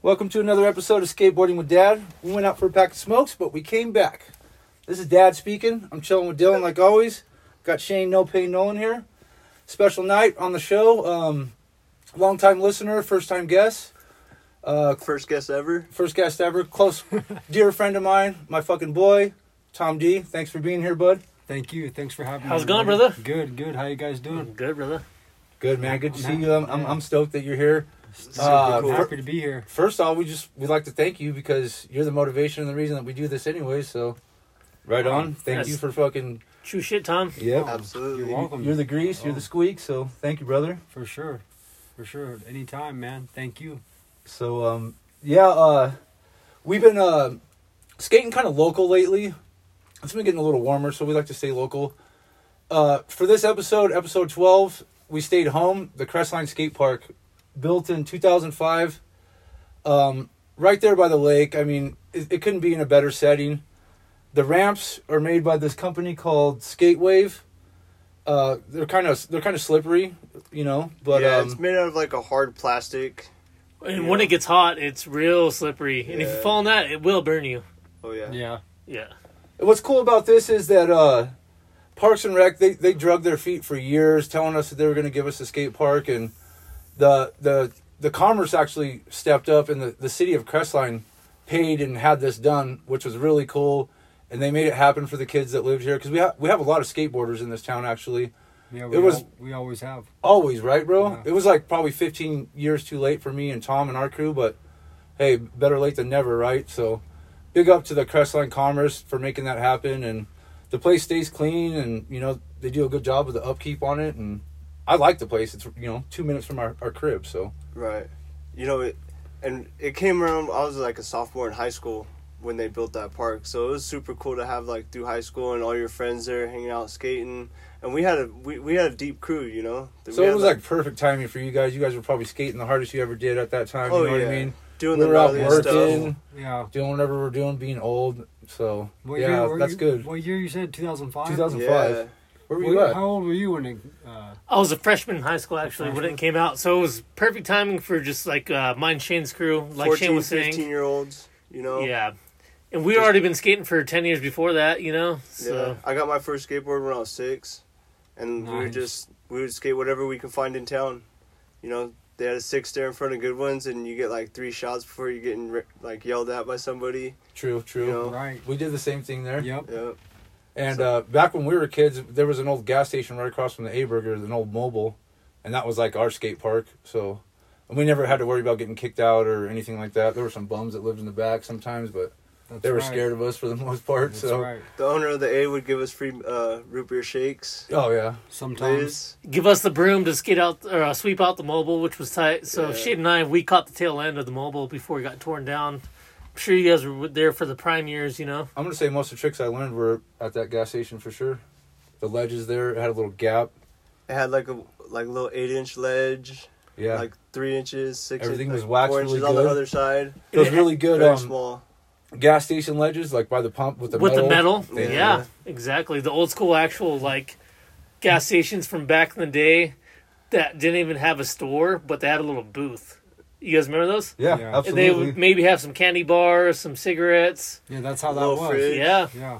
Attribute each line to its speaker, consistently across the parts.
Speaker 1: Welcome to another episode of Skateboarding with Dad. We went out for a pack of smokes, but we came back. This is Dad speaking. I'm chilling with Dylan like always. Got Shane No Pain Nolan here. Special night on the show. Um, long time listener, first time guest. Uh,
Speaker 2: First guest ever.
Speaker 1: first guest ever. Close, dear friend of mine, my fucking boy, Tom D. Thanks for being here, bud.
Speaker 3: Thank you. Thanks for having me.
Speaker 4: How's it going,
Speaker 3: everybody.
Speaker 4: brother?
Speaker 3: Good, good. How you guys doing?
Speaker 4: Good, brother.
Speaker 1: Good man. Good to see you. I'm, I'm, I'm stoked that you're here.
Speaker 2: Super
Speaker 1: Uh,
Speaker 3: I'm
Speaker 2: cool.
Speaker 3: happy to be here.
Speaker 1: First off, we just we'd like to thank you because you're the motivation and the reason that we do this anyway. So, right on. Thank
Speaker 4: Yes.
Speaker 1: you for fucking.
Speaker 4: True shit, Tom.
Speaker 1: Yep.
Speaker 2: Absolutely.
Speaker 3: You're welcome.
Speaker 1: You're the grease. You're the squeak. So thank you, brother.
Speaker 3: For sure. For sure. Anytime, man. Thank you.
Speaker 1: So um yeah uh we've been uh skating kind of local lately. It's been getting a little warmer, so we like to stay local. Uh, for this episode, episode twelve, we stayed home. The Crestline Skate Park, built in two thousand five, um, right there by the lake. I mean, it, it couldn't be in a better setting. The ramps are made by this company called Skate Wave. Uh, they're kind of they're kind of slippery, you know. But
Speaker 2: yeah,
Speaker 1: um,
Speaker 2: it's made out of like a hard plastic.
Speaker 4: And
Speaker 2: Yeah.
Speaker 4: when it gets hot, it's real slippery. And if you
Speaker 2: Yeah.
Speaker 4: fall in that, it will burn you.
Speaker 2: Oh yeah.
Speaker 3: Yeah.
Speaker 4: Yeah.
Speaker 1: What's cool about this is that uh, Parks and Rec they they drug their feet for years, telling us that they were going to give us a skate park, and the the the commerce actually stepped up, and the the city of Crestline paid and had this done, which was really cool, and they made it happen for the kids that lived here because we have we have a lot of skateboarders in this town actually.
Speaker 3: Yeah. We
Speaker 1: It was-
Speaker 3: al- we always have.
Speaker 1: Always right, bro.
Speaker 3: Yeah.
Speaker 1: It was like probably 15 years too late for me and Tom and our crew, but hey, better late than never, right? So, big up to the Crestline Commerce for making that happen, and the place stays clean, and you know they do a good job with the upkeep on it, and I like the place. It's you know two minutes from our, our crib, so
Speaker 2: Right. You know it, and it came around. I was like a sophomore in high school when they built that park, so it was super cool to have like through high school and all your friends there hanging out skating. And we had a we, we had a deep crew, you know. We
Speaker 1: so it
Speaker 2: had,
Speaker 1: was like perfect timing for you guys. You guys were probably skating the hardest you ever did at that time.
Speaker 2: Oh,
Speaker 1: you know what I
Speaker 2: yeah.
Speaker 1: mean?
Speaker 2: doing
Speaker 1: We
Speaker 2: the
Speaker 1: were out
Speaker 2: gnarliest
Speaker 1: working,
Speaker 2: stuff.
Speaker 3: Yeah.
Speaker 1: doing whatever we're doing, being old. So
Speaker 3: What
Speaker 1: yeah,
Speaker 3: were
Speaker 1: that's
Speaker 3: you,
Speaker 1: good.
Speaker 3: What year you said? 2005?
Speaker 1: 2000.
Speaker 2: Yeah.
Speaker 1: 2005. Where were you at?
Speaker 3: How old were you when it. Uh,
Speaker 4: I was a freshman in high school, actually, when
Speaker 3: freshman?
Speaker 4: it came out. So it was perfect timing for just like uh, mine, Shane's crew, like Shane
Speaker 2: 14,
Speaker 4: was
Speaker 2: 15
Speaker 4: saying.
Speaker 2: year olds, you know.
Speaker 4: Yeah. And we already been skating for 10 years before that, you know?
Speaker 2: Yeah,
Speaker 4: So
Speaker 2: I got my first skateboard when I was six, and we would
Speaker 3: Nice.
Speaker 2: just we would skate whatever we could find in town. You know, they had a six there in front of Goodwin's, and you get like three shots before you getting ri- like yelled at by somebody.
Speaker 1: True, true.
Speaker 2: You know.
Speaker 3: right.
Speaker 1: We did the same thing there.
Speaker 3: Yep.
Speaker 2: Yeah,
Speaker 1: And uh, back when we were kids, there was an old gas station right across from the A Burger, an old mobile, and that was like our skate park. So, and we never had to worry about getting kicked out or anything like that. There were some bums that lived in the back sometimes, but
Speaker 3: That's
Speaker 1: they were
Speaker 3: right.
Speaker 1: scared of us for the most part.
Speaker 3: That's
Speaker 1: so,
Speaker 3: right.
Speaker 2: the owner of the A would give us free uh, root beer shakes.
Speaker 1: oh yeah,
Speaker 3: Sometimes.
Speaker 2: Liz.
Speaker 4: give us the broom to skate out or uh, sweep out the mobile, which was tight. So
Speaker 2: Yeah.
Speaker 4: Shane and I, we caught the tail end of the mobile before it got torn down. I'm sure you guys were there for the prime years, you know?
Speaker 1: I'm gonna say most of the tricks I learned were at that gas station for sure. The ledges there it had a little gap.
Speaker 2: It had like a like a little eight inch ledge,
Speaker 1: Yeah,
Speaker 2: like three inches, six.
Speaker 1: Everything
Speaker 2: inch,
Speaker 1: was
Speaker 2: like,
Speaker 1: waxed
Speaker 2: four inches
Speaker 1: really
Speaker 2: on the
Speaker 1: good.
Speaker 2: other side.
Speaker 1: those really good
Speaker 2: Very
Speaker 1: um,
Speaker 2: small.
Speaker 1: gas station ledges, like by the pump with the
Speaker 4: with
Speaker 1: metal.
Speaker 4: the
Speaker 2: Yeah.
Speaker 4: metal. Yeah. exactly. The old school actual like gas stations from back in the day that didn't even have a store, but they had a little booth. You guys remember those?
Speaker 1: Yeah,
Speaker 3: Yeah.
Speaker 4: And they
Speaker 1: absolutely.
Speaker 4: would maybe have some candy bars, some cigarettes.
Speaker 3: Yeah, that's how that
Speaker 2: Little
Speaker 3: was.
Speaker 2: fridge.
Speaker 4: Yeah.
Speaker 3: Yeah.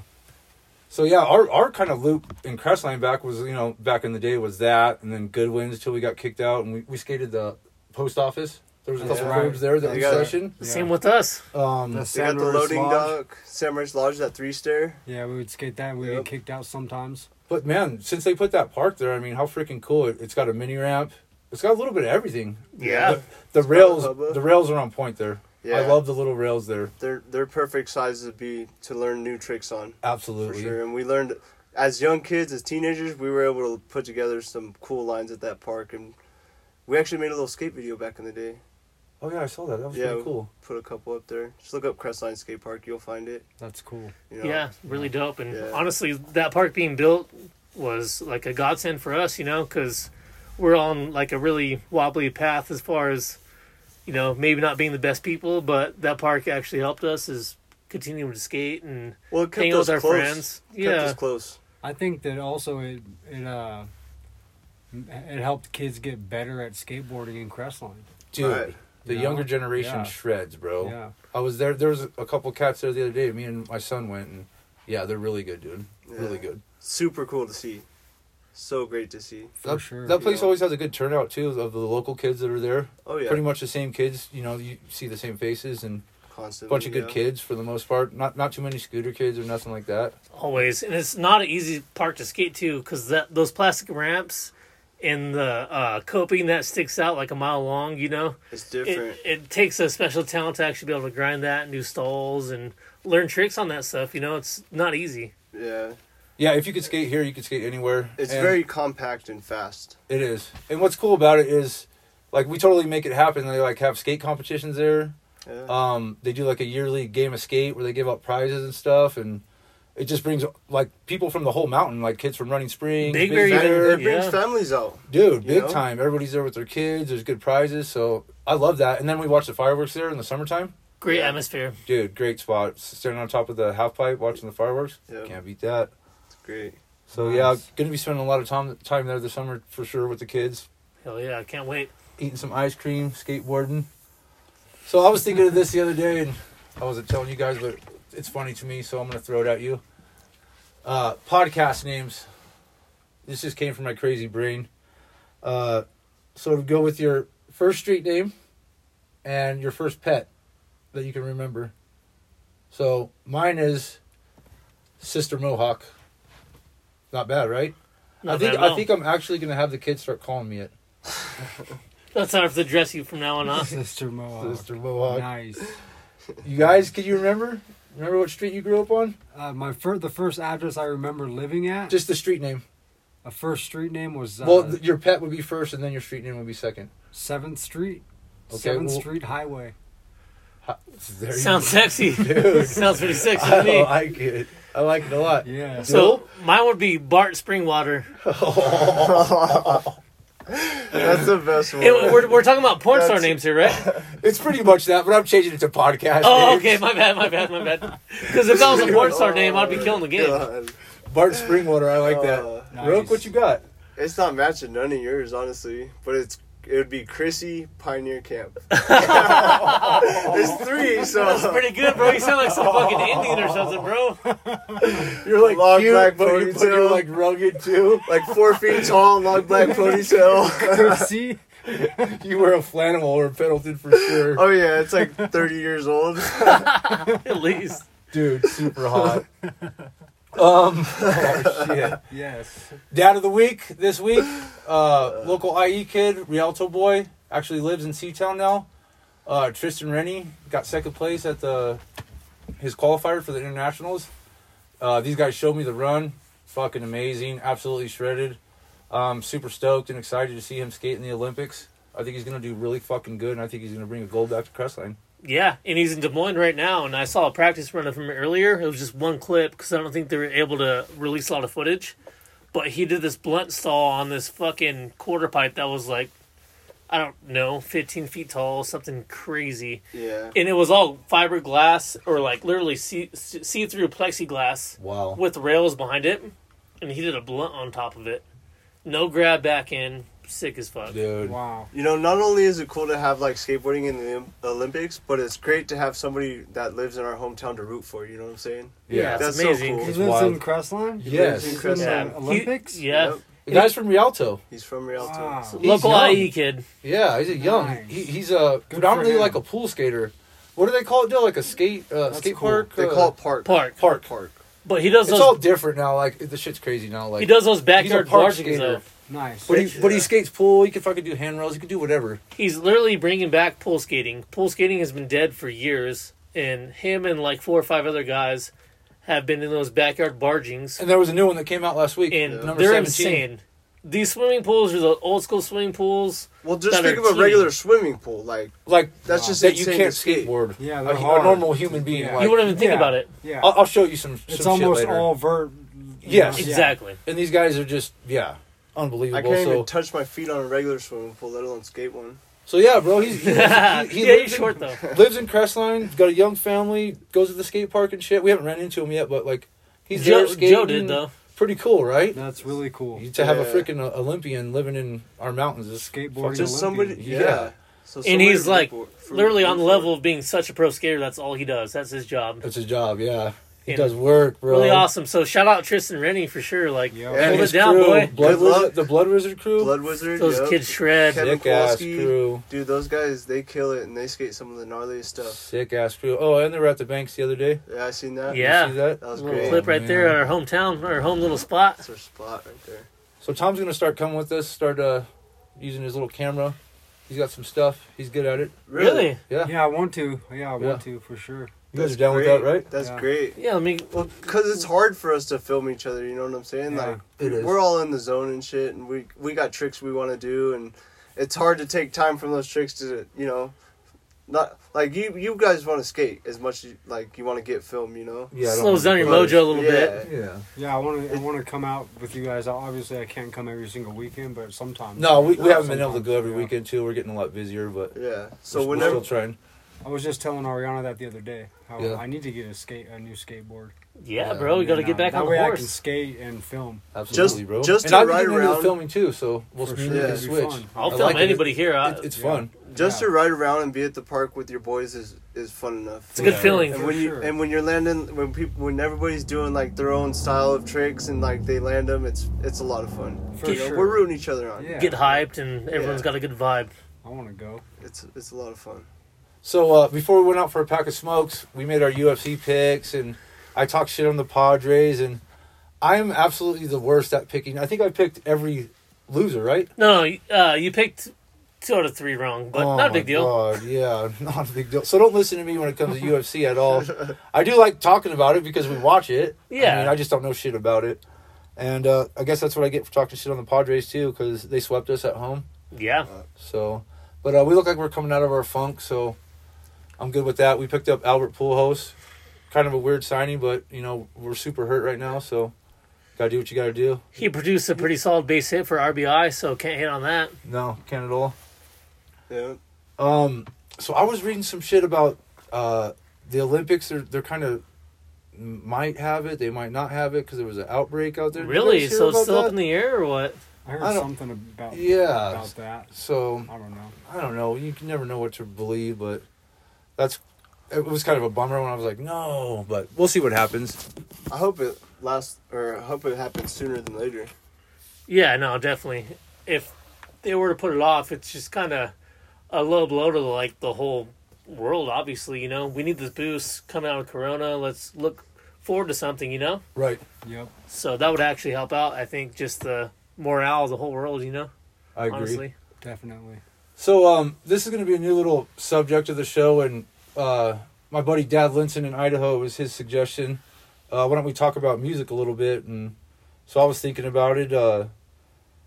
Speaker 1: So yeah, our our kind of loop in Crestline back was you know back in the day was that, and then Goodwin's till we got kicked out, and we, we skated the post office. There was a
Speaker 2: That's
Speaker 1: couple
Speaker 3: right.
Speaker 1: cribs there that
Speaker 2: They
Speaker 1: we
Speaker 2: got-
Speaker 1: session.
Speaker 4: The
Speaker 3: Yeah.
Speaker 4: Same with us.
Speaker 1: Um,
Speaker 3: The
Speaker 2: They got the
Speaker 3: Sanders
Speaker 2: loading
Speaker 3: Lodge.
Speaker 2: dock, Samurai's Lodge, that three stair.
Speaker 3: Yeah, we would skate that. We'd
Speaker 2: Yep.
Speaker 3: get kicked out sometimes.
Speaker 1: but man, since they put that park there, I mean, how freaking cool! It, it's got a mini ramp. It's got a little bit of everything.
Speaker 4: Yeah.
Speaker 1: The rails,
Speaker 2: hubba.
Speaker 1: the rails are on point there.
Speaker 2: Yeah,
Speaker 1: I love the little rails there.
Speaker 2: They're they're perfect sizes to be to learn new tricks on. for
Speaker 1: Absolutely.
Speaker 2: sure. And we learned as young kids, as teenagers, we were able to put together some cool lines at that park, and we actually made a little skate video back in the day.
Speaker 1: Oh yeah, I saw that. That was
Speaker 2: Yeah.
Speaker 1: pretty cool.
Speaker 2: Put a couple up there. Just look up Crestline Skate Park, you'll find it.
Speaker 3: That's cool.
Speaker 2: You
Speaker 4: Yeah,
Speaker 2: know?
Speaker 4: really dope. And
Speaker 2: Yeah.
Speaker 4: honestly, that park being built was like a godsend for us, you know, because we're on like a really wobbly path as far as, you know, maybe not being the best people, but that park actually helped us is continuing to skate and
Speaker 2: Well, it kept
Speaker 4: hang out
Speaker 2: us
Speaker 4: with our
Speaker 2: close.
Speaker 4: friends.
Speaker 2: Kept
Speaker 4: Yeah,
Speaker 2: us close.
Speaker 3: I think that also it it uh it helped kids get better at skateboarding in Crestline.
Speaker 1: Dude,
Speaker 2: Right.
Speaker 1: The
Speaker 3: No.
Speaker 1: younger generation
Speaker 3: Yeah.
Speaker 1: shreds, bro.
Speaker 3: Yeah.
Speaker 1: I was there. There was a couple cats there the other day. Me and my son went, and yeah, they're really good, dude. Really
Speaker 2: Yeah.
Speaker 1: good.
Speaker 2: Super cool to see. So great to see.
Speaker 3: For
Speaker 1: that,
Speaker 3: sure.
Speaker 1: That place
Speaker 2: Yeah.
Speaker 1: always has a good turnout too of the local kids that are there.
Speaker 2: Oh yeah.
Speaker 1: Pretty much the same kids. You know, you see the same faces and a
Speaker 2: Constantly.
Speaker 1: bunch of good
Speaker 2: yeah.
Speaker 1: kids for the most part. Not not too many scooter kids or nothing like that.
Speaker 4: always, and it's not an easy park to skate to because that those plastic ramps and the uh, coping that sticks out like a mile long. You know,
Speaker 2: It's
Speaker 4: it,
Speaker 2: different.
Speaker 4: it takes a special talent to actually be able to grind that and do stalls and learn tricks on that stuff. You know, it's not easy.
Speaker 2: yeah.
Speaker 1: Yeah, if you could skate here, you could skate anywhere.
Speaker 2: It's
Speaker 1: And-
Speaker 2: very compact and fast.
Speaker 1: It is. And what's cool about it is like we totally make it happen. They like have skate competitions there.
Speaker 2: Yeah.
Speaker 1: Um they do like a yearly game of skate where they give out prizes and stuff and it just brings like people from the whole mountain, like kids from Running Springs,
Speaker 4: Big
Speaker 1: Big
Speaker 4: Bear even-
Speaker 1: Bear.
Speaker 2: it brings
Speaker 4: yeah.
Speaker 2: families out.
Speaker 1: dude,
Speaker 2: you
Speaker 1: big
Speaker 2: know?
Speaker 1: time. Everybody's there with their kids. There's good prizes, so I love that. And then we watch the fireworks there in the summertime.
Speaker 4: Great
Speaker 2: Yeah.
Speaker 4: atmosphere.
Speaker 1: Dude, great spot. Standing on top of the half pipe, watching the fireworks.
Speaker 2: Yeah.
Speaker 1: Can't beat that.
Speaker 2: It's great.
Speaker 1: So yeah,
Speaker 3: Nice.
Speaker 1: gonna be spending a lot of time time there this summer for sure with the kids.
Speaker 4: Hell yeah, I can't wait.
Speaker 1: eating some ice cream, skateboarding. So I was thinking of this the other day, and I wasn't telling you guys, but it's funny to me, so I'm gonna throw it at you. Uh, podcast names. This just came from my crazy brain. Uh, so to go with your first street name and your first pet that you can remember. So mine is Sister Mohawk. Not bad, right?
Speaker 4: Not
Speaker 1: I think
Speaker 4: bad at all.
Speaker 1: I think I'm actually gonna have the kids start calling me it.
Speaker 4: That's how I have to dress you from now on. Huh?
Speaker 3: Sister Mohawk.
Speaker 1: Sister Mohawk.
Speaker 3: Nice.
Speaker 1: You guys, can you remember? Remember what street you grew up on?
Speaker 3: Uh, my first, the first address I remember living at,
Speaker 1: Just the street name.
Speaker 3: a first street name was uh,
Speaker 1: Well, th- your pet would be first, and then your street name would be second.
Speaker 3: Seventh Street,
Speaker 1: Okay,
Speaker 3: Seventh
Speaker 1: well-
Speaker 3: Street Highway.
Speaker 1: There
Speaker 4: Sounds sexy.
Speaker 1: Dude.
Speaker 4: Sounds pretty sexy
Speaker 1: I
Speaker 4: to me.
Speaker 1: like it. I like it a lot.
Speaker 3: Yeah.
Speaker 4: So mine would be Bart Springwater.
Speaker 2: That's the best one.
Speaker 4: Hey, we're, we're talking about porn star
Speaker 2: That's-
Speaker 4: names here, right?
Speaker 1: It's pretty much that, but I'm changing it to podcast.
Speaker 4: Oh,
Speaker 1: names.
Speaker 4: okay. My bad. My bad. My bad. Because if that was a porn star name, I'd be killing the game.
Speaker 2: God.
Speaker 1: Bart Springwater. I like
Speaker 2: Uh,
Speaker 1: that.
Speaker 3: nice.
Speaker 1: Roke, what you got?
Speaker 2: It's not matching none of yours, honestly. But it's it would be Chrissy Pioneer Camp. There's three,
Speaker 4: That's
Speaker 2: so
Speaker 4: pretty good, bro. You sound like some fucking Indian or something, bro.
Speaker 2: you're like long
Speaker 1: Cute,
Speaker 2: black
Speaker 1: but you- but you're,
Speaker 2: ponytail,
Speaker 1: like
Speaker 2: like
Speaker 1: rugged too.
Speaker 2: like four feet tall, long black ponytail.
Speaker 3: Chrissy.
Speaker 1: You were a flannel or a Pendleton for sure,
Speaker 2: Oh yeah, it's like 30 years old.
Speaker 4: At least.
Speaker 1: dude. Super hot. Um. Oh shit.
Speaker 3: Yes.
Speaker 1: Dad of the week this week, uh, local IE kid, Rialto boy, actually lives in Seatown now. Uh, Tristan Rennie got second place at the his qualifier for the internationals. Uh, these guys showed me the run, fucking amazing, absolutely shredded. Um, super stoked and excited to see him skate in the Olympics. I think he's gonna do really fucking good, and I think he's gonna bring a gold back to Crestline.
Speaker 4: Yeah, and he's in Des Moines right now, and I saw a practice run of him earlier. It was just one clip because I don't think they were able to release a lot of footage. But he did this blunt stall on this fucking quarter pipe that was like, I don't know, 15 feet tall, something crazy.
Speaker 2: Yeah.
Speaker 4: And it was all fiberglass or like literally see see through plexiglass
Speaker 1: Wow.
Speaker 4: with rails behind it. And he did a blunt on top of it. No grab back in. Sick as fuck.
Speaker 1: Dude.
Speaker 3: Wow.
Speaker 2: You know, not only is it cool to have like skateboarding in the Olymp- Olympics, but it's great to have somebody that lives in our hometown to root for. You know what I'm saying?
Speaker 4: Yeah,
Speaker 1: Yeah.
Speaker 4: it's
Speaker 2: That's so
Speaker 4: amazing.
Speaker 2: cool.
Speaker 3: He
Speaker 1: It's
Speaker 3: lives
Speaker 1: wild.
Speaker 3: in Crestline.
Speaker 1: He lives
Speaker 2: in
Speaker 3: He's in the
Speaker 2: Crestline.
Speaker 3: Olympics.
Speaker 4: He- yeah.
Speaker 2: Yep.
Speaker 1: The guy's from Rialto.
Speaker 2: He's from Rialto.
Speaker 3: Wow.
Speaker 1: He's
Speaker 4: Local
Speaker 1: young.
Speaker 4: IE kid.
Speaker 1: Yeah, he's a young.
Speaker 3: Nice.
Speaker 1: He, he's a
Speaker 3: for
Speaker 1: predominantly
Speaker 3: him.
Speaker 1: like a pool skater. What do they call it? Dill? Like a skate uh,
Speaker 3: That's
Speaker 1: skate
Speaker 3: cool.
Speaker 1: park?
Speaker 2: They
Speaker 1: uh,
Speaker 2: call it park.
Speaker 4: Park.
Speaker 1: park.
Speaker 2: Park.
Speaker 4: But he does
Speaker 1: It's
Speaker 4: those
Speaker 1: all different now. Like the shit's crazy now. Like
Speaker 4: he does those backyard
Speaker 1: park
Speaker 4: barges
Speaker 1: skater.
Speaker 4: though.
Speaker 3: Nice.
Speaker 1: But he,
Speaker 2: Yeah.
Speaker 1: but he skates pool. He can fucking do handrails. He can do whatever.
Speaker 4: He's literally bringing back pool skating. Pool skating has been dead for years, and him and like four or five other guys have been in those backyard bargings,
Speaker 1: And there was a new one that came out last week.
Speaker 4: and
Speaker 1: Number
Speaker 4: they're
Speaker 1: 17.
Speaker 4: insane. These swimming pools are the old school swimming pools.
Speaker 2: Well, just
Speaker 4: That
Speaker 2: think
Speaker 4: are
Speaker 2: of a
Speaker 4: teeny.
Speaker 2: regular swimming pool. Like
Speaker 1: Like
Speaker 2: that's
Speaker 3: Wow.
Speaker 2: just
Speaker 1: that you
Speaker 2: insane
Speaker 1: can't
Speaker 2: to skate.
Speaker 1: skateboard.
Speaker 3: Yeah,
Speaker 1: a,
Speaker 3: they're
Speaker 1: a
Speaker 3: hard.
Speaker 1: normal human being.
Speaker 3: Yeah.
Speaker 1: Like,
Speaker 4: you wouldn't even think
Speaker 3: Yeah.
Speaker 4: about it.
Speaker 3: yeah.
Speaker 1: I'll, I'll show you some.
Speaker 3: it's
Speaker 1: some shit
Speaker 3: almost
Speaker 1: later.
Speaker 3: all vert.
Speaker 1: Yes.
Speaker 3: yeah.
Speaker 4: Exactly.
Speaker 1: And these guys are just yeah,
Speaker 2: I
Speaker 1: unbelievable.
Speaker 2: can't
Speaker 1: So
Speaker 2: even touch my feet on a regular swimming pool, let alone skate one.
Speaker 1: so yeah, bro. He's, he, he, he
Speaker 4: yeah,
Speaker 1: lives
Speaker 4: he's
Speaker 1: in-
Speaker 4: short though.
Speaker 1: lives in Crestline, got a young family, goes to the skate park and shit. We haven't ran into him yet, but like he's
Speaker 4: Joe,
Speaker 1: there skating.
Speaker 4: Joe did though.
Speaker 1: Pretty cool, right?
Speaker 3: That's really cool.
Speaker 1: To have a
Speaker 2: Yeah.
Speaker 1: freaking Olympian living in our mountains is
Speaker 3: Skateboarding.
Speaker 1: fucking-
Speaker 2: Just somebody,
Speaker 1: Yeah.
Speaker 2: yeah. So
Speaker 4: and he's
Speaker 2: somebody
Speaker 4: like
Speaker 2: to look for-
Speaker 4: literally
Speaker 2: look
Speaker 4: on the
Speaker 2: for.
Speaker 4: level of being such a pro skater. That's all he does. That's his job.
Speaker 1: That's his job. Yeah, he
Speaker 4: And
Speaker 1: does work, bro.
Speaker 4: Really awesome. So shout out Tristan Rennie for sure. Like
Speaker 3: Yeah.
Speaker 1: And
Speaker 4: hold
Speaker 1: his
Speaker 4: it down,
Speaker 1: crew,
Speaker 4: boy.
Speaker 1: Blood
Speaker 2: Good
Speaker 1: Wizard,
Speaker 2: luck.
Speaker 1: the Blood Wizard crew,
Speaker 2: Blood Wizard.
Speaker 4: Those
Speaker 2: yep.
Speaker 4: kids shred.
Speaker 2: Kevin
Speaker 1: sick ass
Speaker 2: Kowalski.
Speaker 1: crew,
Speaker 2: Dude, those guys, they kill it and they skate some of the gnarliest stuff.
Speaker 1: sick ass crew. Oh, and they were at the banks the other day.
Speaker 2: Yeah, I seen that.
Speaker 1: You
Speaker 4: Yeah.
Speaker 1: see that?
Speaker 2: That was
Speaker 4: little
Speaker 2: great.
Speaker 4: clip right there
Speaker 1: man.
Speaker 4: at our hometown, our home little spot.
Speaker 2: That's our spot right there.
Speaker 1: So Tom's gonna start coming with us. Start uh, using his little camera. He's got some stuff. He's good at it.
Speaker 4: Really?
Speaker 1: Yeah,
Speaker 3: Yeah, I want to. Yeah, I want
Speaker 1: Yeah.
Speaker 3: to for sure.
Speaker 1: you guys
Speaker 2: That's
Speaker 1: are down
Speaker 2: great.
Speaker 1: with that, right?
Speaker 2: That's
Speaker 3: Yeah.
Speaker 2: great.
Speaker 4: Yeah. Let me.
Speaker 2: Well, because it's hard for us to film each other. You know what I'm saying?
Speaker 3: Yeah.
Speaker 2: Like
Speaker 1: It is.
Speaker 2: we're all in the zone and shit, and we we got tricks we want to do, and it's hard to take time from those tricks to you know, not like you you guys want to skate as much as, you- like you want to get film. You know.
Speaker 1: Yeah, I don't
Speaker 4: slows
Speaker 1: know.
Speaker 4: down your
Speaker 2: Right.
Speaker 4: mojo a little
Speaker 2: Yeah.
Speaker 4: bit.
Speaker 1: Yeah.
Speaker 3: Yeah, I want to. I want to come out with you guys. Obviously, I can't come every single weekend, but sometimes.
Speaker 1: No, we, we haven't been able to
Speaker 3: Sometimes,
Speaker 1: go every
Speaker 3: yeah.
Speaker 1: weekend too. We're getting a lot busier, but
Speaker 2: Yeah. So
Speaker 1: we're, we're
Speaker 2: whenever
Speaker 1: still trying.
Speaker 3: I was just telling Ariana that the other day. How
Speaker 1: Yeah.
Speaker 3: I need to get a skate, a new skateboard.
Speaker 4: Yeah,
Speaker 1: Yeah,
Speaker 4: bro. Oh, We got to
Speaker 3: And,
Speaker 4: get
Speaker 3: uh,
Speaker 4: back
Speaker 3: that
Speaker 4: on the
Speaker 3: way I can
Speaker 4: horse.
Speaker 3: skate and film.
Speaker 1: Absolutely, bro.
Speaker 2: just
Speaker 1: and
Speaker 2: to
Speaker 1: I've been
Speaker 2: ride
Speaker 1: getting into the
Speaker 2: around-
Speaker 1: filming too, so we'll
Speaker 3: For
Speaker 1: we
Speaker 3: sure,
Speaker 1: can
Speaker 2: it'd
Speaker 3: be
Speaker 1: switch.
Speaker 3: fun.
Speaker 4: I'll
Speaker 1: I
Speaker 4: film
Speaker 1: like it.
Speaker 4: anybody here. I,
Speaker 1: It- it's
Speaker 3: Yeah.
Speaker 1: fun.
Speaker 2: just
Speaker 3: Yeah.
Speaker 2: to ride around and be at the park with your boys is is fun enough.
Speaker 4: It's a good
Speaker 3: Yeah.
Speaker 4: feeling.
Speaker 2: And
Speaker 3: For
Speaker 2: when
Speaker 3: sure.
Speaker 2: you and when you're landing, when people when everybody's doing like their own style of tricks and like they land them, it's it's a lot of fun.
Speaker 3: For
Speaker 2: You know,
Speaker 3: sure.
Speaker 2: We're rooting each other on.
Speaker 3: Yeah.
Speaker 4: Get hyped, and everyone's
Speaker 2: Yeah.
Speaker 4: got a good vibe.
Speaker 3: I want to go.
Speaker 2: It's it's a lot of fun.
Speaker 1: So uh, before we went out for a pack of smokes, we made our UFC picks, and I talked shit on the Padres, and I am absolutely the worst at picking. I think I picked every loser, right?
Speaker 4: No, no. Uh, you picked two out of three wrong, but
Speaker 1: Oh
Speaker 4: not a
Speaker 1: my
Speaker 4: big deal.
Speaker 1: God, yeah, not a big deal. So don't listen to me when it comes to UFC at all. I do like talking about it because we watch it.
Speaker 4: Yeah.
Speaker 1: I, mean, I just don't know shit about it. And uh, I guess that's what I get for talking shit on the Padres too, because they swept us at home.
Speaker 4: Yeah.
Speaker 1: So, but uh, we look like we're coming out of our funk, so I'm good with that. We picked up Albert Pujols, kind of a weird signing, but you know we're super hurt right now, so gotta do what you gotta do.
Speaker 4: He produced a pretty solid base hit for RBI, so can't hit on that.
Speaker 1: No, can't at all.
Speaker 2: Yeah.
Speaker 1: Um, so I was reading some shit about uh, the Olympics. They're they're kind of might have it, they might not have it because there was an outbreak out there. Did you
Speaker 4: Really?
Speaker 1: guys hear
Speaker 4: So it's
Speaker 1: about
Speaker 4: still up
Speaker 1: that?
Speaker 4: in the air or what?
Speaker 3: I heard
Speaker 1: I don't-
Speaker 3: something about
Speaker 1: Yeah.
Speaker 3: about that.
Speaker 1: So
Speaker 3: I don't know.
Speaker 1: I don't know. You can never know what to believe, but that's it was kind of a bummer when I was like, no, but we'll see what happens.
Speaker 2: I hope it lasts, or I hope it happens sooner than later.
Speaker 4: Yeah, no, definitely. If they were to put it off, it's just kind of a low blow to like the whole world. Obviously, you know, we need this boost coming out of Corona. Let's look forward to something, you know.
Speaker 1: Right.
Speaker 3: Yep.
Speaker 4: So that would actually help out. I think just the morale of the whole world, you know.
Speaker 1: I agree.
Speaker 4: Honestly,
Speaker 3: Definitely.
Speaker 1: So um, this is going to be a new little subject of the show, and uh, my buddy Dad Linton in Idaho it was his suggestion. Uh, why don't we talk about music a little bit? And so I was thinking about it. Uh,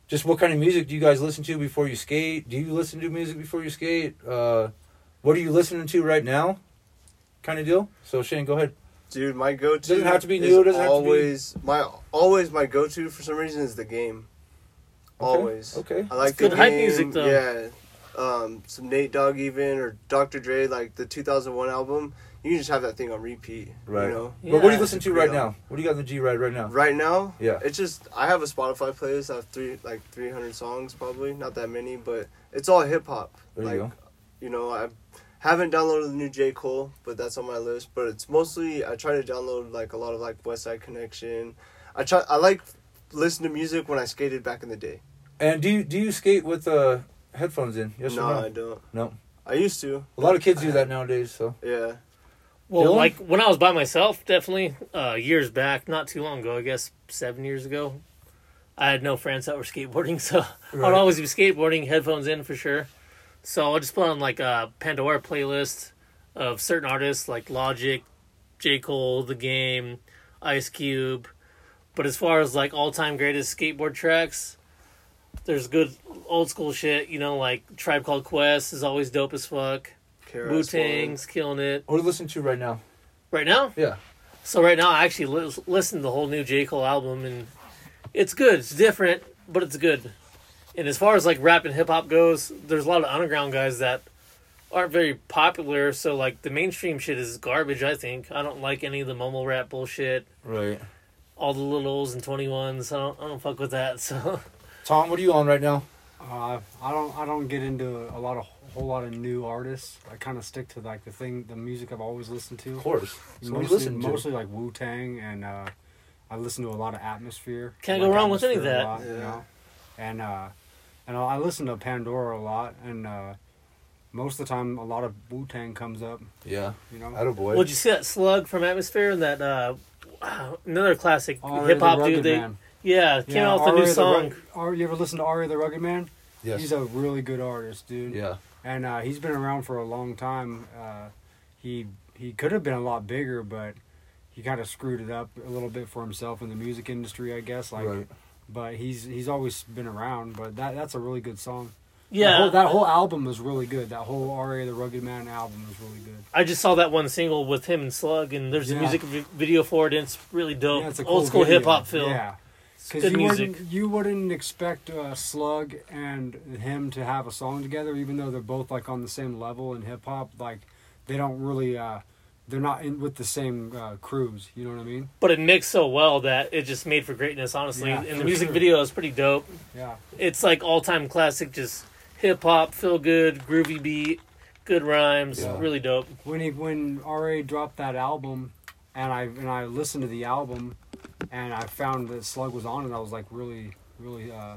Speaker 1: just what kind of music do you guys listen to before you skate? Do you listen to music before you skate? Uh, what are you listening to right now? Kind of deal. So Shane, go ahead.
Speaker 2: Dude, my go-to
Speaker 1: Doesn't have to be
Speaker 2: is
Speaker 1: new, doesn't have to be-
Speaker 2: always my always my go-to for some reason is the game. Always.
Speaker 1: Okay.
Speaker 2: I like
Speaker 4: It's good
Speaker 2: the
Speaker 4: hype
Speaker 2: game,
Speaker 4: music, though.
Speaker 2: Yeah, um, some Nate Dogg even or Dr. Dre, like the 2001 album. You can just have that thing on repeat.
Speaker 1: Right.
Speaker 2: You know.
Speaker 1: But what do
Speaker 4: Yeah.
Speaker 1: you listen to right now? What do you got in the G ride right now?
Speaker 2: Right now,
Speaker 1: Yeah.
Speaker 2: It's just I have a Spotify playlist. I have three like 300 songs probably, not that many, but it's all hip hop.
Speaker 1: There you
Speaker 2: like,
Speaker 1: go.
Speaker 2: you know, I haven't downloaded the new J Cole, but that's on my list. But it's mostly I try to download like a lot of like West Side Connection. I try I like listen to music when I skated back in the day.
Speaker 1: And do you do you skate with uh, headphones in? Yes
Speaker 2: no,
Speaker 1: or no?
Speaker 2: I don't.
Speaker 1: No.
Speaker 2: I used to.
Speaker 1: A lot of kids do that nowadays. So
Speaker 2: Yeah.
Speaker 4: well,
Speaker 1: Dylan?
Speaker 4: like when I was by myself, definitely uh, years back, not too long ago, I guess seven years ago, I had no friends that were skateboarding, so
Speaker 1: Right.
Speaker 4: I'd always be skateboarding, headphones in for sure. So I just put on like a Pandora playlist of certain artists like Logic, J. Cole, The Game, Ice Cube. But as far as like all time greatest skateboard tracks, there's good old school shit, you know, like Tribe Called Quest is always dope as fuck. Wu Tang's killing it.
Speaker 1: what are you listening to right now?
Speaker 4: Right now?
Speaker 1: Yeah.
Speaker 4: So right now I actually lis- listened to the whole new J. Cole album and it's good. It's different, but it's good. And as far as like rap and hip hop goes, there's a lot of underground guys that aren't very popular, so like the mainstream shit is garbage, I think. I don't like any of the mumble rap bullshit,
Speaker 1: Right.
Speaker 4: all the littles and twenty ones. I don't I don't fuck with that, so
Speaker 1: Tom, what are you on right now?
Speaker 3: Uh, I don't. I don't get into a lot of whole lot of new artists. I kind of stick to like the thing, the music I've always listened to.
Speaker 1: Of course. So we
Speaker 3: mostly,
Speaker 1: listen to.
Speaker 3: mostly like Wu Tang, and uh, I listen to a lot of Atmosphere.
Speaker 4: Can't
Speaker 3: Like
Speaker 4: go wrong with any of
Speaker 3: Atmosphere a lot,
Speaker 4: that.
Speaker 3: you
Speaker 2: Yeah.
Speaker 3: know? And uh, and I listen to Pandora a lot, and uh, most of the time, a lot of Wu Tang comes up.
Speaker 1: Yeah.
Speaker 3: You know,
Speaker 1: Attaboy. boy.
Speaker 4: Well, did you see that slug from Atmosphere and that uh, another classic
Speaker 3: Ari
Speaker 4: hip hop
Speaker 3: the
Speaker 4: dude?
Speaker 3: Rugged
Speaker 4: They
Speaker 3: Man.
Speaker 4: yeah came out with a
Speaker 3: Ari
Speaker 4: new
Speaker 3: the
Speaker 4: song.
Speaker 3: Rug- Oh, Ari, you ever listen to Ari the Rugged Man?
Speaker 1: yes.
Speaker 3: He's a really good artist, dude.
Speaker 1: yeah.
Speaker 3: and uh, he's been around for a long time. Uh, he he could have been a lot bigger, but he kind of screwed it up a little bit for himself in the music industry, I guess. Like,
Speaker 1: right.
Speaker 3: but he's he's always been around. But that that's a really good song. that
Speaker 4: Yeah,
Speaker 3: whole, that whole album is really good. That whole Ra the Rugged Man album is really good.
Speaker 4: I just saw that one single with him and Slug, and there's a
Speaker 3: Yeah.
Speaker 4: music vi- video for it, and it's really dope.
Speaker 3: Yeah, it's a
Speaker 4: Oh, Old
Speaker 3: cool
Speaker 4: school
Speaker 3: video.
Speaker 4: hip hop feel.
Speaker 3: Yeah,
Speaker 4: It's
Speaker 3: because
Speaker 4: good
Speaker 3: you
Speaker 4: music.
Speaker 3: wouldn't you wouldn't expect uh, Slug and him to have a song together, even though they're both like on the same level in hip hop. Like they don't really. Uh, they're not in with the same uh, crews, you know what I mean?
Speaker 4: But it mixed so well that it just made for greatness, honestly.
Speaker 3: Yeah,
Speaker 4: and the
Speaker 3: for
Speaker 4: music
Speaker 3: sure.
Speaker 4: video is pretty dope.
Speaker 3: Yeah,
Speaker 4: It's like all time classic, just hip hop, feel good, groovy beat, good rhymes,
Speaker 1: Yeah.
Speaker 4: really dope.
Speaker 3: when he when Ra dropped that album, and I and I listened to the album, and I found that Slug was on it. I was like really really uh,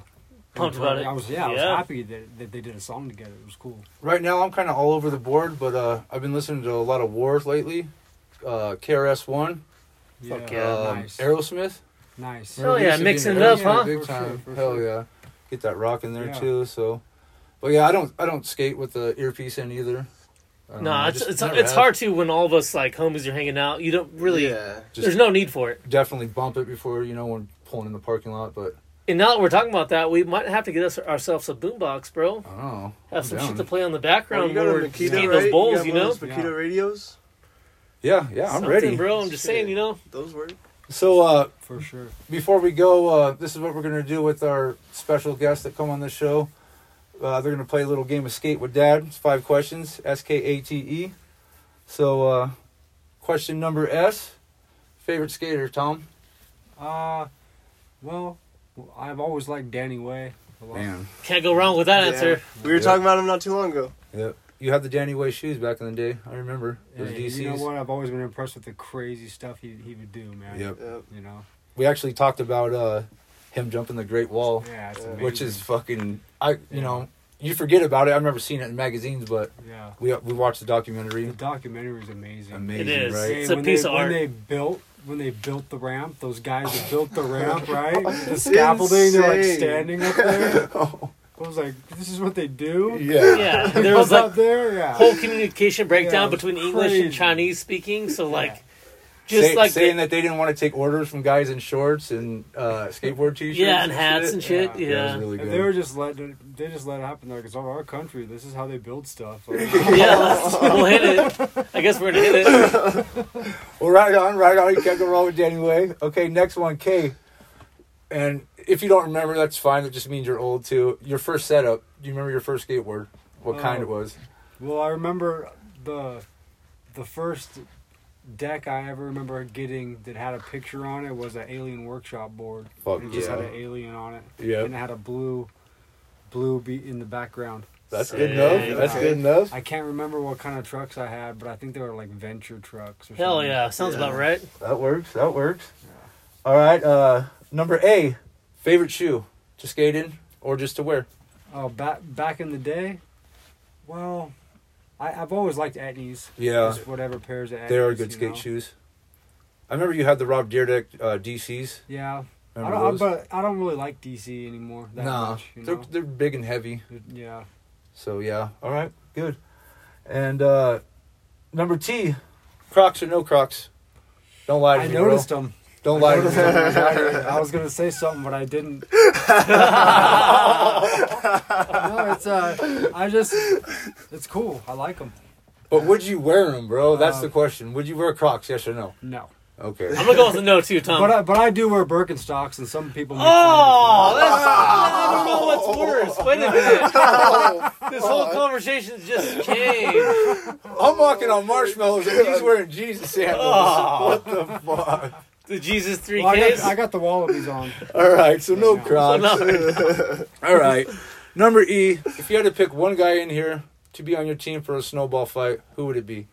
Speaker 4: Pumped about it.
Speaker 3: I was yeah, I was
Speaker 4: Yeah.
Speaker 3: happy that, that they did a song together. It was cool.
Speaker 1: Right now, I'm kind of all over the board, but uh, I've been listening to a lot of War lately. Uh, KRS One,
Speaker 3: Yeah,
Speaker 4: Fuck
Speaker 1: um,
Speaker 4: yeah.
Speaker 3: nice,
Speaker 1: Aerosmith.
Speaker 3: nice.
Speaker 4: Hell yeah,
Speaker 1: Used to be
Speaker 4: mixing
Speaker 1: in
Speaker 4: it up,
Speaker 1: Aerosmith
Speaker 4: huh?
Speaker 1: Big
Speaker 3: For
Speaker 1: time.
Speaker 3: sure, for
Speaker 1: Hell
Speaker 3: sure.
Speaker 1: yeah, get that rock in there
Speaker 3: Yeah.
Speaker 1: too. So, but yeah, I don't, I don't skate with the earpiece in either. I don't
Speaker 4: No,
Speaker 1: know, I
Speaker 4: it's
Speaker 1: just
Speaker 4: it's,
Speaker 1: never
Speaker 4: it's
Speaker 1: have.
Speaker 4: hard to when all of us like homies are hanging out. You don't really.
Speaker 2: Yeah.
Speaker 1: Just-
Speaker 4: there's no need for it.
Speaker 1: Definitely bump it before you know when pulling in the parking lot, but
Speaker 4: And now that we're talking about that, we might have to get us ourselves a boombox, bro.
Speaker 1: I don't know.
Speaker 4: Have some
Speaker 1: I'm
Speaker 4: shit to
Speaker 1: down.
Speaker 4: play on the
Speaker 2: Oh, you
Speaker 4: background
Speaker 2: got
Speaker 4: when
Speaker 2: a
Speaker 4: we're
Speaker 2: Makita, right?
Speaker 4: skating those bowls,
Speaker 2: got
Speaker 4: you
Speaker 2: one
Speaker 4: know?
Speaker 2: of those Makita
Speaker 3: Yeah.
Speaker 2: radios.
Speaker 1: Yeah, yeah, I'm
Speaker 4: Something,
Speaker 1: ready.
Speaker 4: bro. I'm just saying,
Speaker 2: Shit.
Speaker 4: you know.
Speaker 2: Those work.
Speaker 1: So uh,
Speaker 3: For sure.
Speaker 1: before we go, uh, this is what we're gonna do with our special guests that come on the show. Uh, they're gonna play a little game of skate with dad. It's five questions. S K A T E. So uh, question number S. Favorite skater, Tom.
Speaker 3: Uh, well, I've always liked Danny Way. a lot.
Speaker 4: Can't go wrong with that
Speaker 2: Yeah.
Speaker 4: answer.
Speaker 2: We were
Speaker 1: Yeah.
Speaker 2: talking about them not too long ago.
Speaker 1: Yep. You had the Danny Way shoes back in the day. I remember
Speaker 3: Yeah,
Speaker 1: those DCs.
Speaker 3: you know what? I've always been impressed with the crazy stuff he he would do, man.
Speaker 1: Yep.
Speaker 2: Yep.
Speaker 3: You know.
Speaker 1: We actually talked about uh, him jumping the Great Wall,
Speaker 3: Yeah, it's
Speaker 2: Uh,
Speaker 3: amazing.
Speaker 1: which is fucking. I you
Speaker 3: Yeah.
Speaker 1: know you forget about it. I remember seeing it in magazines, but
Speaker 3: yeah.
Speaker 1: we we watched the documentary.
Speaker 3: The documentary is amazing.
Speaker 1: Amazing,
Speaker 4: is.
Speaker 1: right?
Speaker 3: Hey,
Speaker 4: It's a
Speaker 3: when
Speaker 4: piece
Speaker 3: they,
Speaker 4: of
Speaker 3: when
Speaker 4: art.
Speaker 3: they built when they built the ramp, those guys that built the ramp, right? The scaffolding, they're like
Speaker 2: Insane.
Speaker 3: standing up there. I was like, this is what they do.
Speaker 1: Yeah.
Speaker 4: Yeah,
Speaker 3: They
Speaker 4: there was
Speaker 3: come
Speaker 4: like
Speaker 3: up there, yeah.
Speaker 4: whole communication breakdown
Speaker 3: Yeah, it was
Speaker 4: between English and
Speaker 3: crazy.
Speaker 4: Chinese speaking. So like,
Speaker 3: Yeah.
Speaker 4: just
Speaker 1: Say-
Speaker 4: like the-
Speaker 1: saying that they didn't want to take orders from guys in shorts and uh, skateboard t-shirts.
Speaker 4: yeah, and hats and shit.
Speaker 3: Yeah.
Speaker 4: Yeah,
Speaker 1: That was really
Speaker 3: and they were
Speaker 1: good.
Speaker 3: just let it- they just let it happen. They're Like it's all our country. This is how they build stuff. Like,
Speaker 4: yeah. let's- we'll hit it. I guess we're gonna hit it.
Speaker 1: Well, right on, right on. You can't go wrong with Danny Way. Okay, next one, K. And if you don't remember, that's fine. That just means you're old too. Your first setup. Do you remember your first skateboard? What kind
Speaker 3: Oh.
Speaker 1: it was?
Speaker 3: Well, I remember the the first deck I ever remember getting that had a picture on it was an Alien Workshop board.
Speaker 1: Fuck
Speaker 3: It just had
Speaker 1: yeah,
Speaker 3: an alien on it,
Speaker 1: yeah.
Speaker 3: and it had a blue blue beat in the background.
Speaker 1: That's good
Speaker 4: Sick.
Speaker 1: enough. That's
Speaker 2: Okay.
Speaker 1: good enough.
Speaker 3: I can't remember what kind of trucks I had, but I think they were like venture trucks. Or
Speaker 4: Hell
Speaker 3: something.
Speaker 4: yeah, sounds
Speaker 2: Yeah.
Speaker 4: about right.
Speaker 1: That works. That works. All right. Uh, number A. Favorite shoe to skate in or just to wear?
Speaker 3: Oh, back back in the day, well, I, I've always liked Etnies.
Speaker 1: Yeah.
Speaker 3: Just whatever pairs of Etnies.
Speaker 1: They are good skate
Speaker 3: you know?
Speaker 1: shoes. I remember you had the Rob Deerdeck uh, DCs.
Speaker 3: Yeah, I
Speaker 1: Remember
Speaker 3: don't, I,
Speaker 1: those?
Speaker 3: but I don't really like DC anymore. That
Speaker 1: Nah,
Speaker 3: much, you
Speaker 1: they're
Speaker 3: know?
Speaker 1: they're big and heavy.
Speaker 3: yeah.
Speaker 1: So yeah, all right, good. And uh, number T, Crocs or no Crocs? Don't lie to
Speaker 3: I
Speaker 1: me, bro.
Speaker 3: noticed them.
Speaker 1: Don't lie to me.
Speaker 3: I was gonna say something, but I didn't. no, it's uh, I just, it's cool. I like them.
Speaker 1: But would you wear them, bro? That's
Speaker 3: Um,
Speaker 1: the question. Would you wear Crocs? Yes or no?
Speaker 3: No,
Speaker 1: Okay.
Speaker 4: I'm gonna go with a no too,
Speaker 1: Um,
Speaker 4: Tom.
Speaker 3: but I, but I do wear Birkenstocks, and some people. Make fun
Speaker 4: Oh, that's, I don't know what's worse. Wait a minute. This whole conversation just changed.
Speaker 1: I'm walking on marshmallows and he's wearing Jesus sandals.
Speaker 3: Ah,
Speaker 4: Oh.
Speaker 1: What the fuck?
Speaker 4: The Jesus
Speaker 3: of me.
Speaker 4: three
Speaker 3: Well, I,
Speaker 4: Ks.
Speaker 3: got, I got the wallabies on.
Speaker 1: All right, so no
Speaker 3: Yeah.
Speaker 1: Crocs.
Speaker 4: No.
Speaker 1: All right. Number E, if you had to pick one guy in here to be on your team for a snowball fight, who would it be?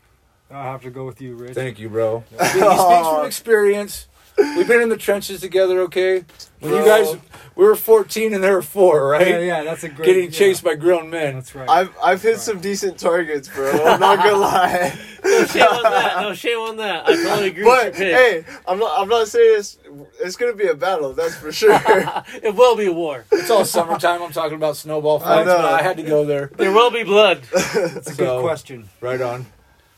Speaker 3: I have to go with you, Rich.
Speaker 1: Thank you, bro. he speaks from experience. We've been in the trenches together, okay? When you
Speaker 2: Bro.
Speaker 1: guys, we were 14 and they were four, right?
Speaker 3: Yeah, yeah, that's a great.
Speaker 1: Getting
Speaker 3: yeah,
Speaker 1: chased by grown men.
Speaker 3: That's right.
Speaker 2: I've I've hit some decent targets, bro. I'm not gonna lie.
Speaker 4: No shame on that. No shame on that. I totally agree
Speaker 2: But
Speaker 4: with your pick.
Speaker 2: hey, I'm not I'm not saying it's it's gonna be a battle. That's for sure.
Speaker 4: It will be war.
Speaker 1: It's all summertime. I'm talking about snowball fights,
Speaker 2: know.
Speaker 1: but I had to go there.
Speaker 4: There will be blood.
Speaker 3: That's
Speaker 1: so-
Speaker 3: a good question.
Speaker 1: Right on.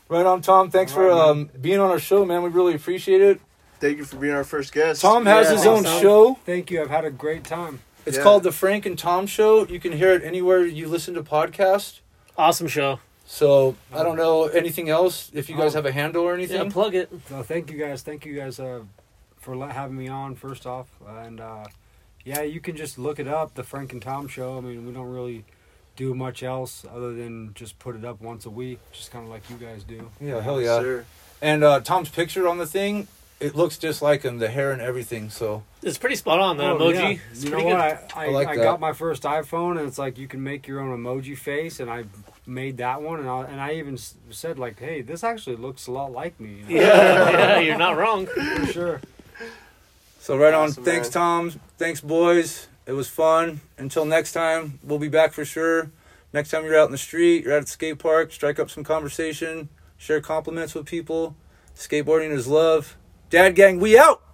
Speaker 1: Right on, Tom. Thanks for
Speaker 3: Right,
Speaker 1: um, being on our show, man. We really appreciate it.
Speaker 2: Thank you for being our first guest.
Speaker 1: Tom has
Speaker 4: Yeah,
Speaker 1: his own
Speaker 4: thanks, Tom.
Speaker 1: show.
Speaker 3: Thank you. I've had a great time.
Speaker 1: It's
Speaker 2: Yeah.
Speaker 1: called The Frank and Tom Show. You can hear it anywhere you listen to podcasts.
Speaker 4: Awesome show.
Speaker 1: So I don't know anything else. If you guys
Speaker 3: Oh.
Speaker 1: have a handle or anything,
Speaker 4: Yeah, plug it.
Speaker 3: So Uh, thank you guys. Thank you guys uh, for la- having me on. First off, and uh, yeah, you can just look it up, the Frank and Tom Show. I mean, we don't really do much else other than just put it up once a week, just kind of like you guys do.
Speaker 1: yeah, hell yeah.
Speaker 2: Sure.
Speaker 1: And uh, Tom's picture on the thing, it looks just like him, the hair and everything. So
Speaker 4: It's pretty spot on. The
Speaker 3: Oh,
Speaker 4: Uh, emoji.
Speaker 3: yeah.
Speaker 4: It's
Speaker 3: You know
Speaker 4: pretty
Speaker 3: what?
Speaker 4: good.
Speaker 3: I, I,
Speaker 1: I like
Speaker 3: I
Speaker 1: that.
Speaker 3: got my first iPhone, and it's like you can make your own emoji face, and I made that one, and I, and I even s- said like, "Hey, this actually looks a lot like me." you know,
Speaker 4: Yeah, yeah, you're not wrong.
Speaker 3: for sure.
Speaker 1: so right
Speaker 2: Awesome,
Speaker 1: on. Thanks,
Speaker 2: man.
Speaker 1: Tom. Thanks, boys. It was fun. Until next time, we'll be back for sure. Next time you're out in the street, you're at a skate park, strike up some conversation, share compliments with people. Skateboarding is love. Dad gang, we out.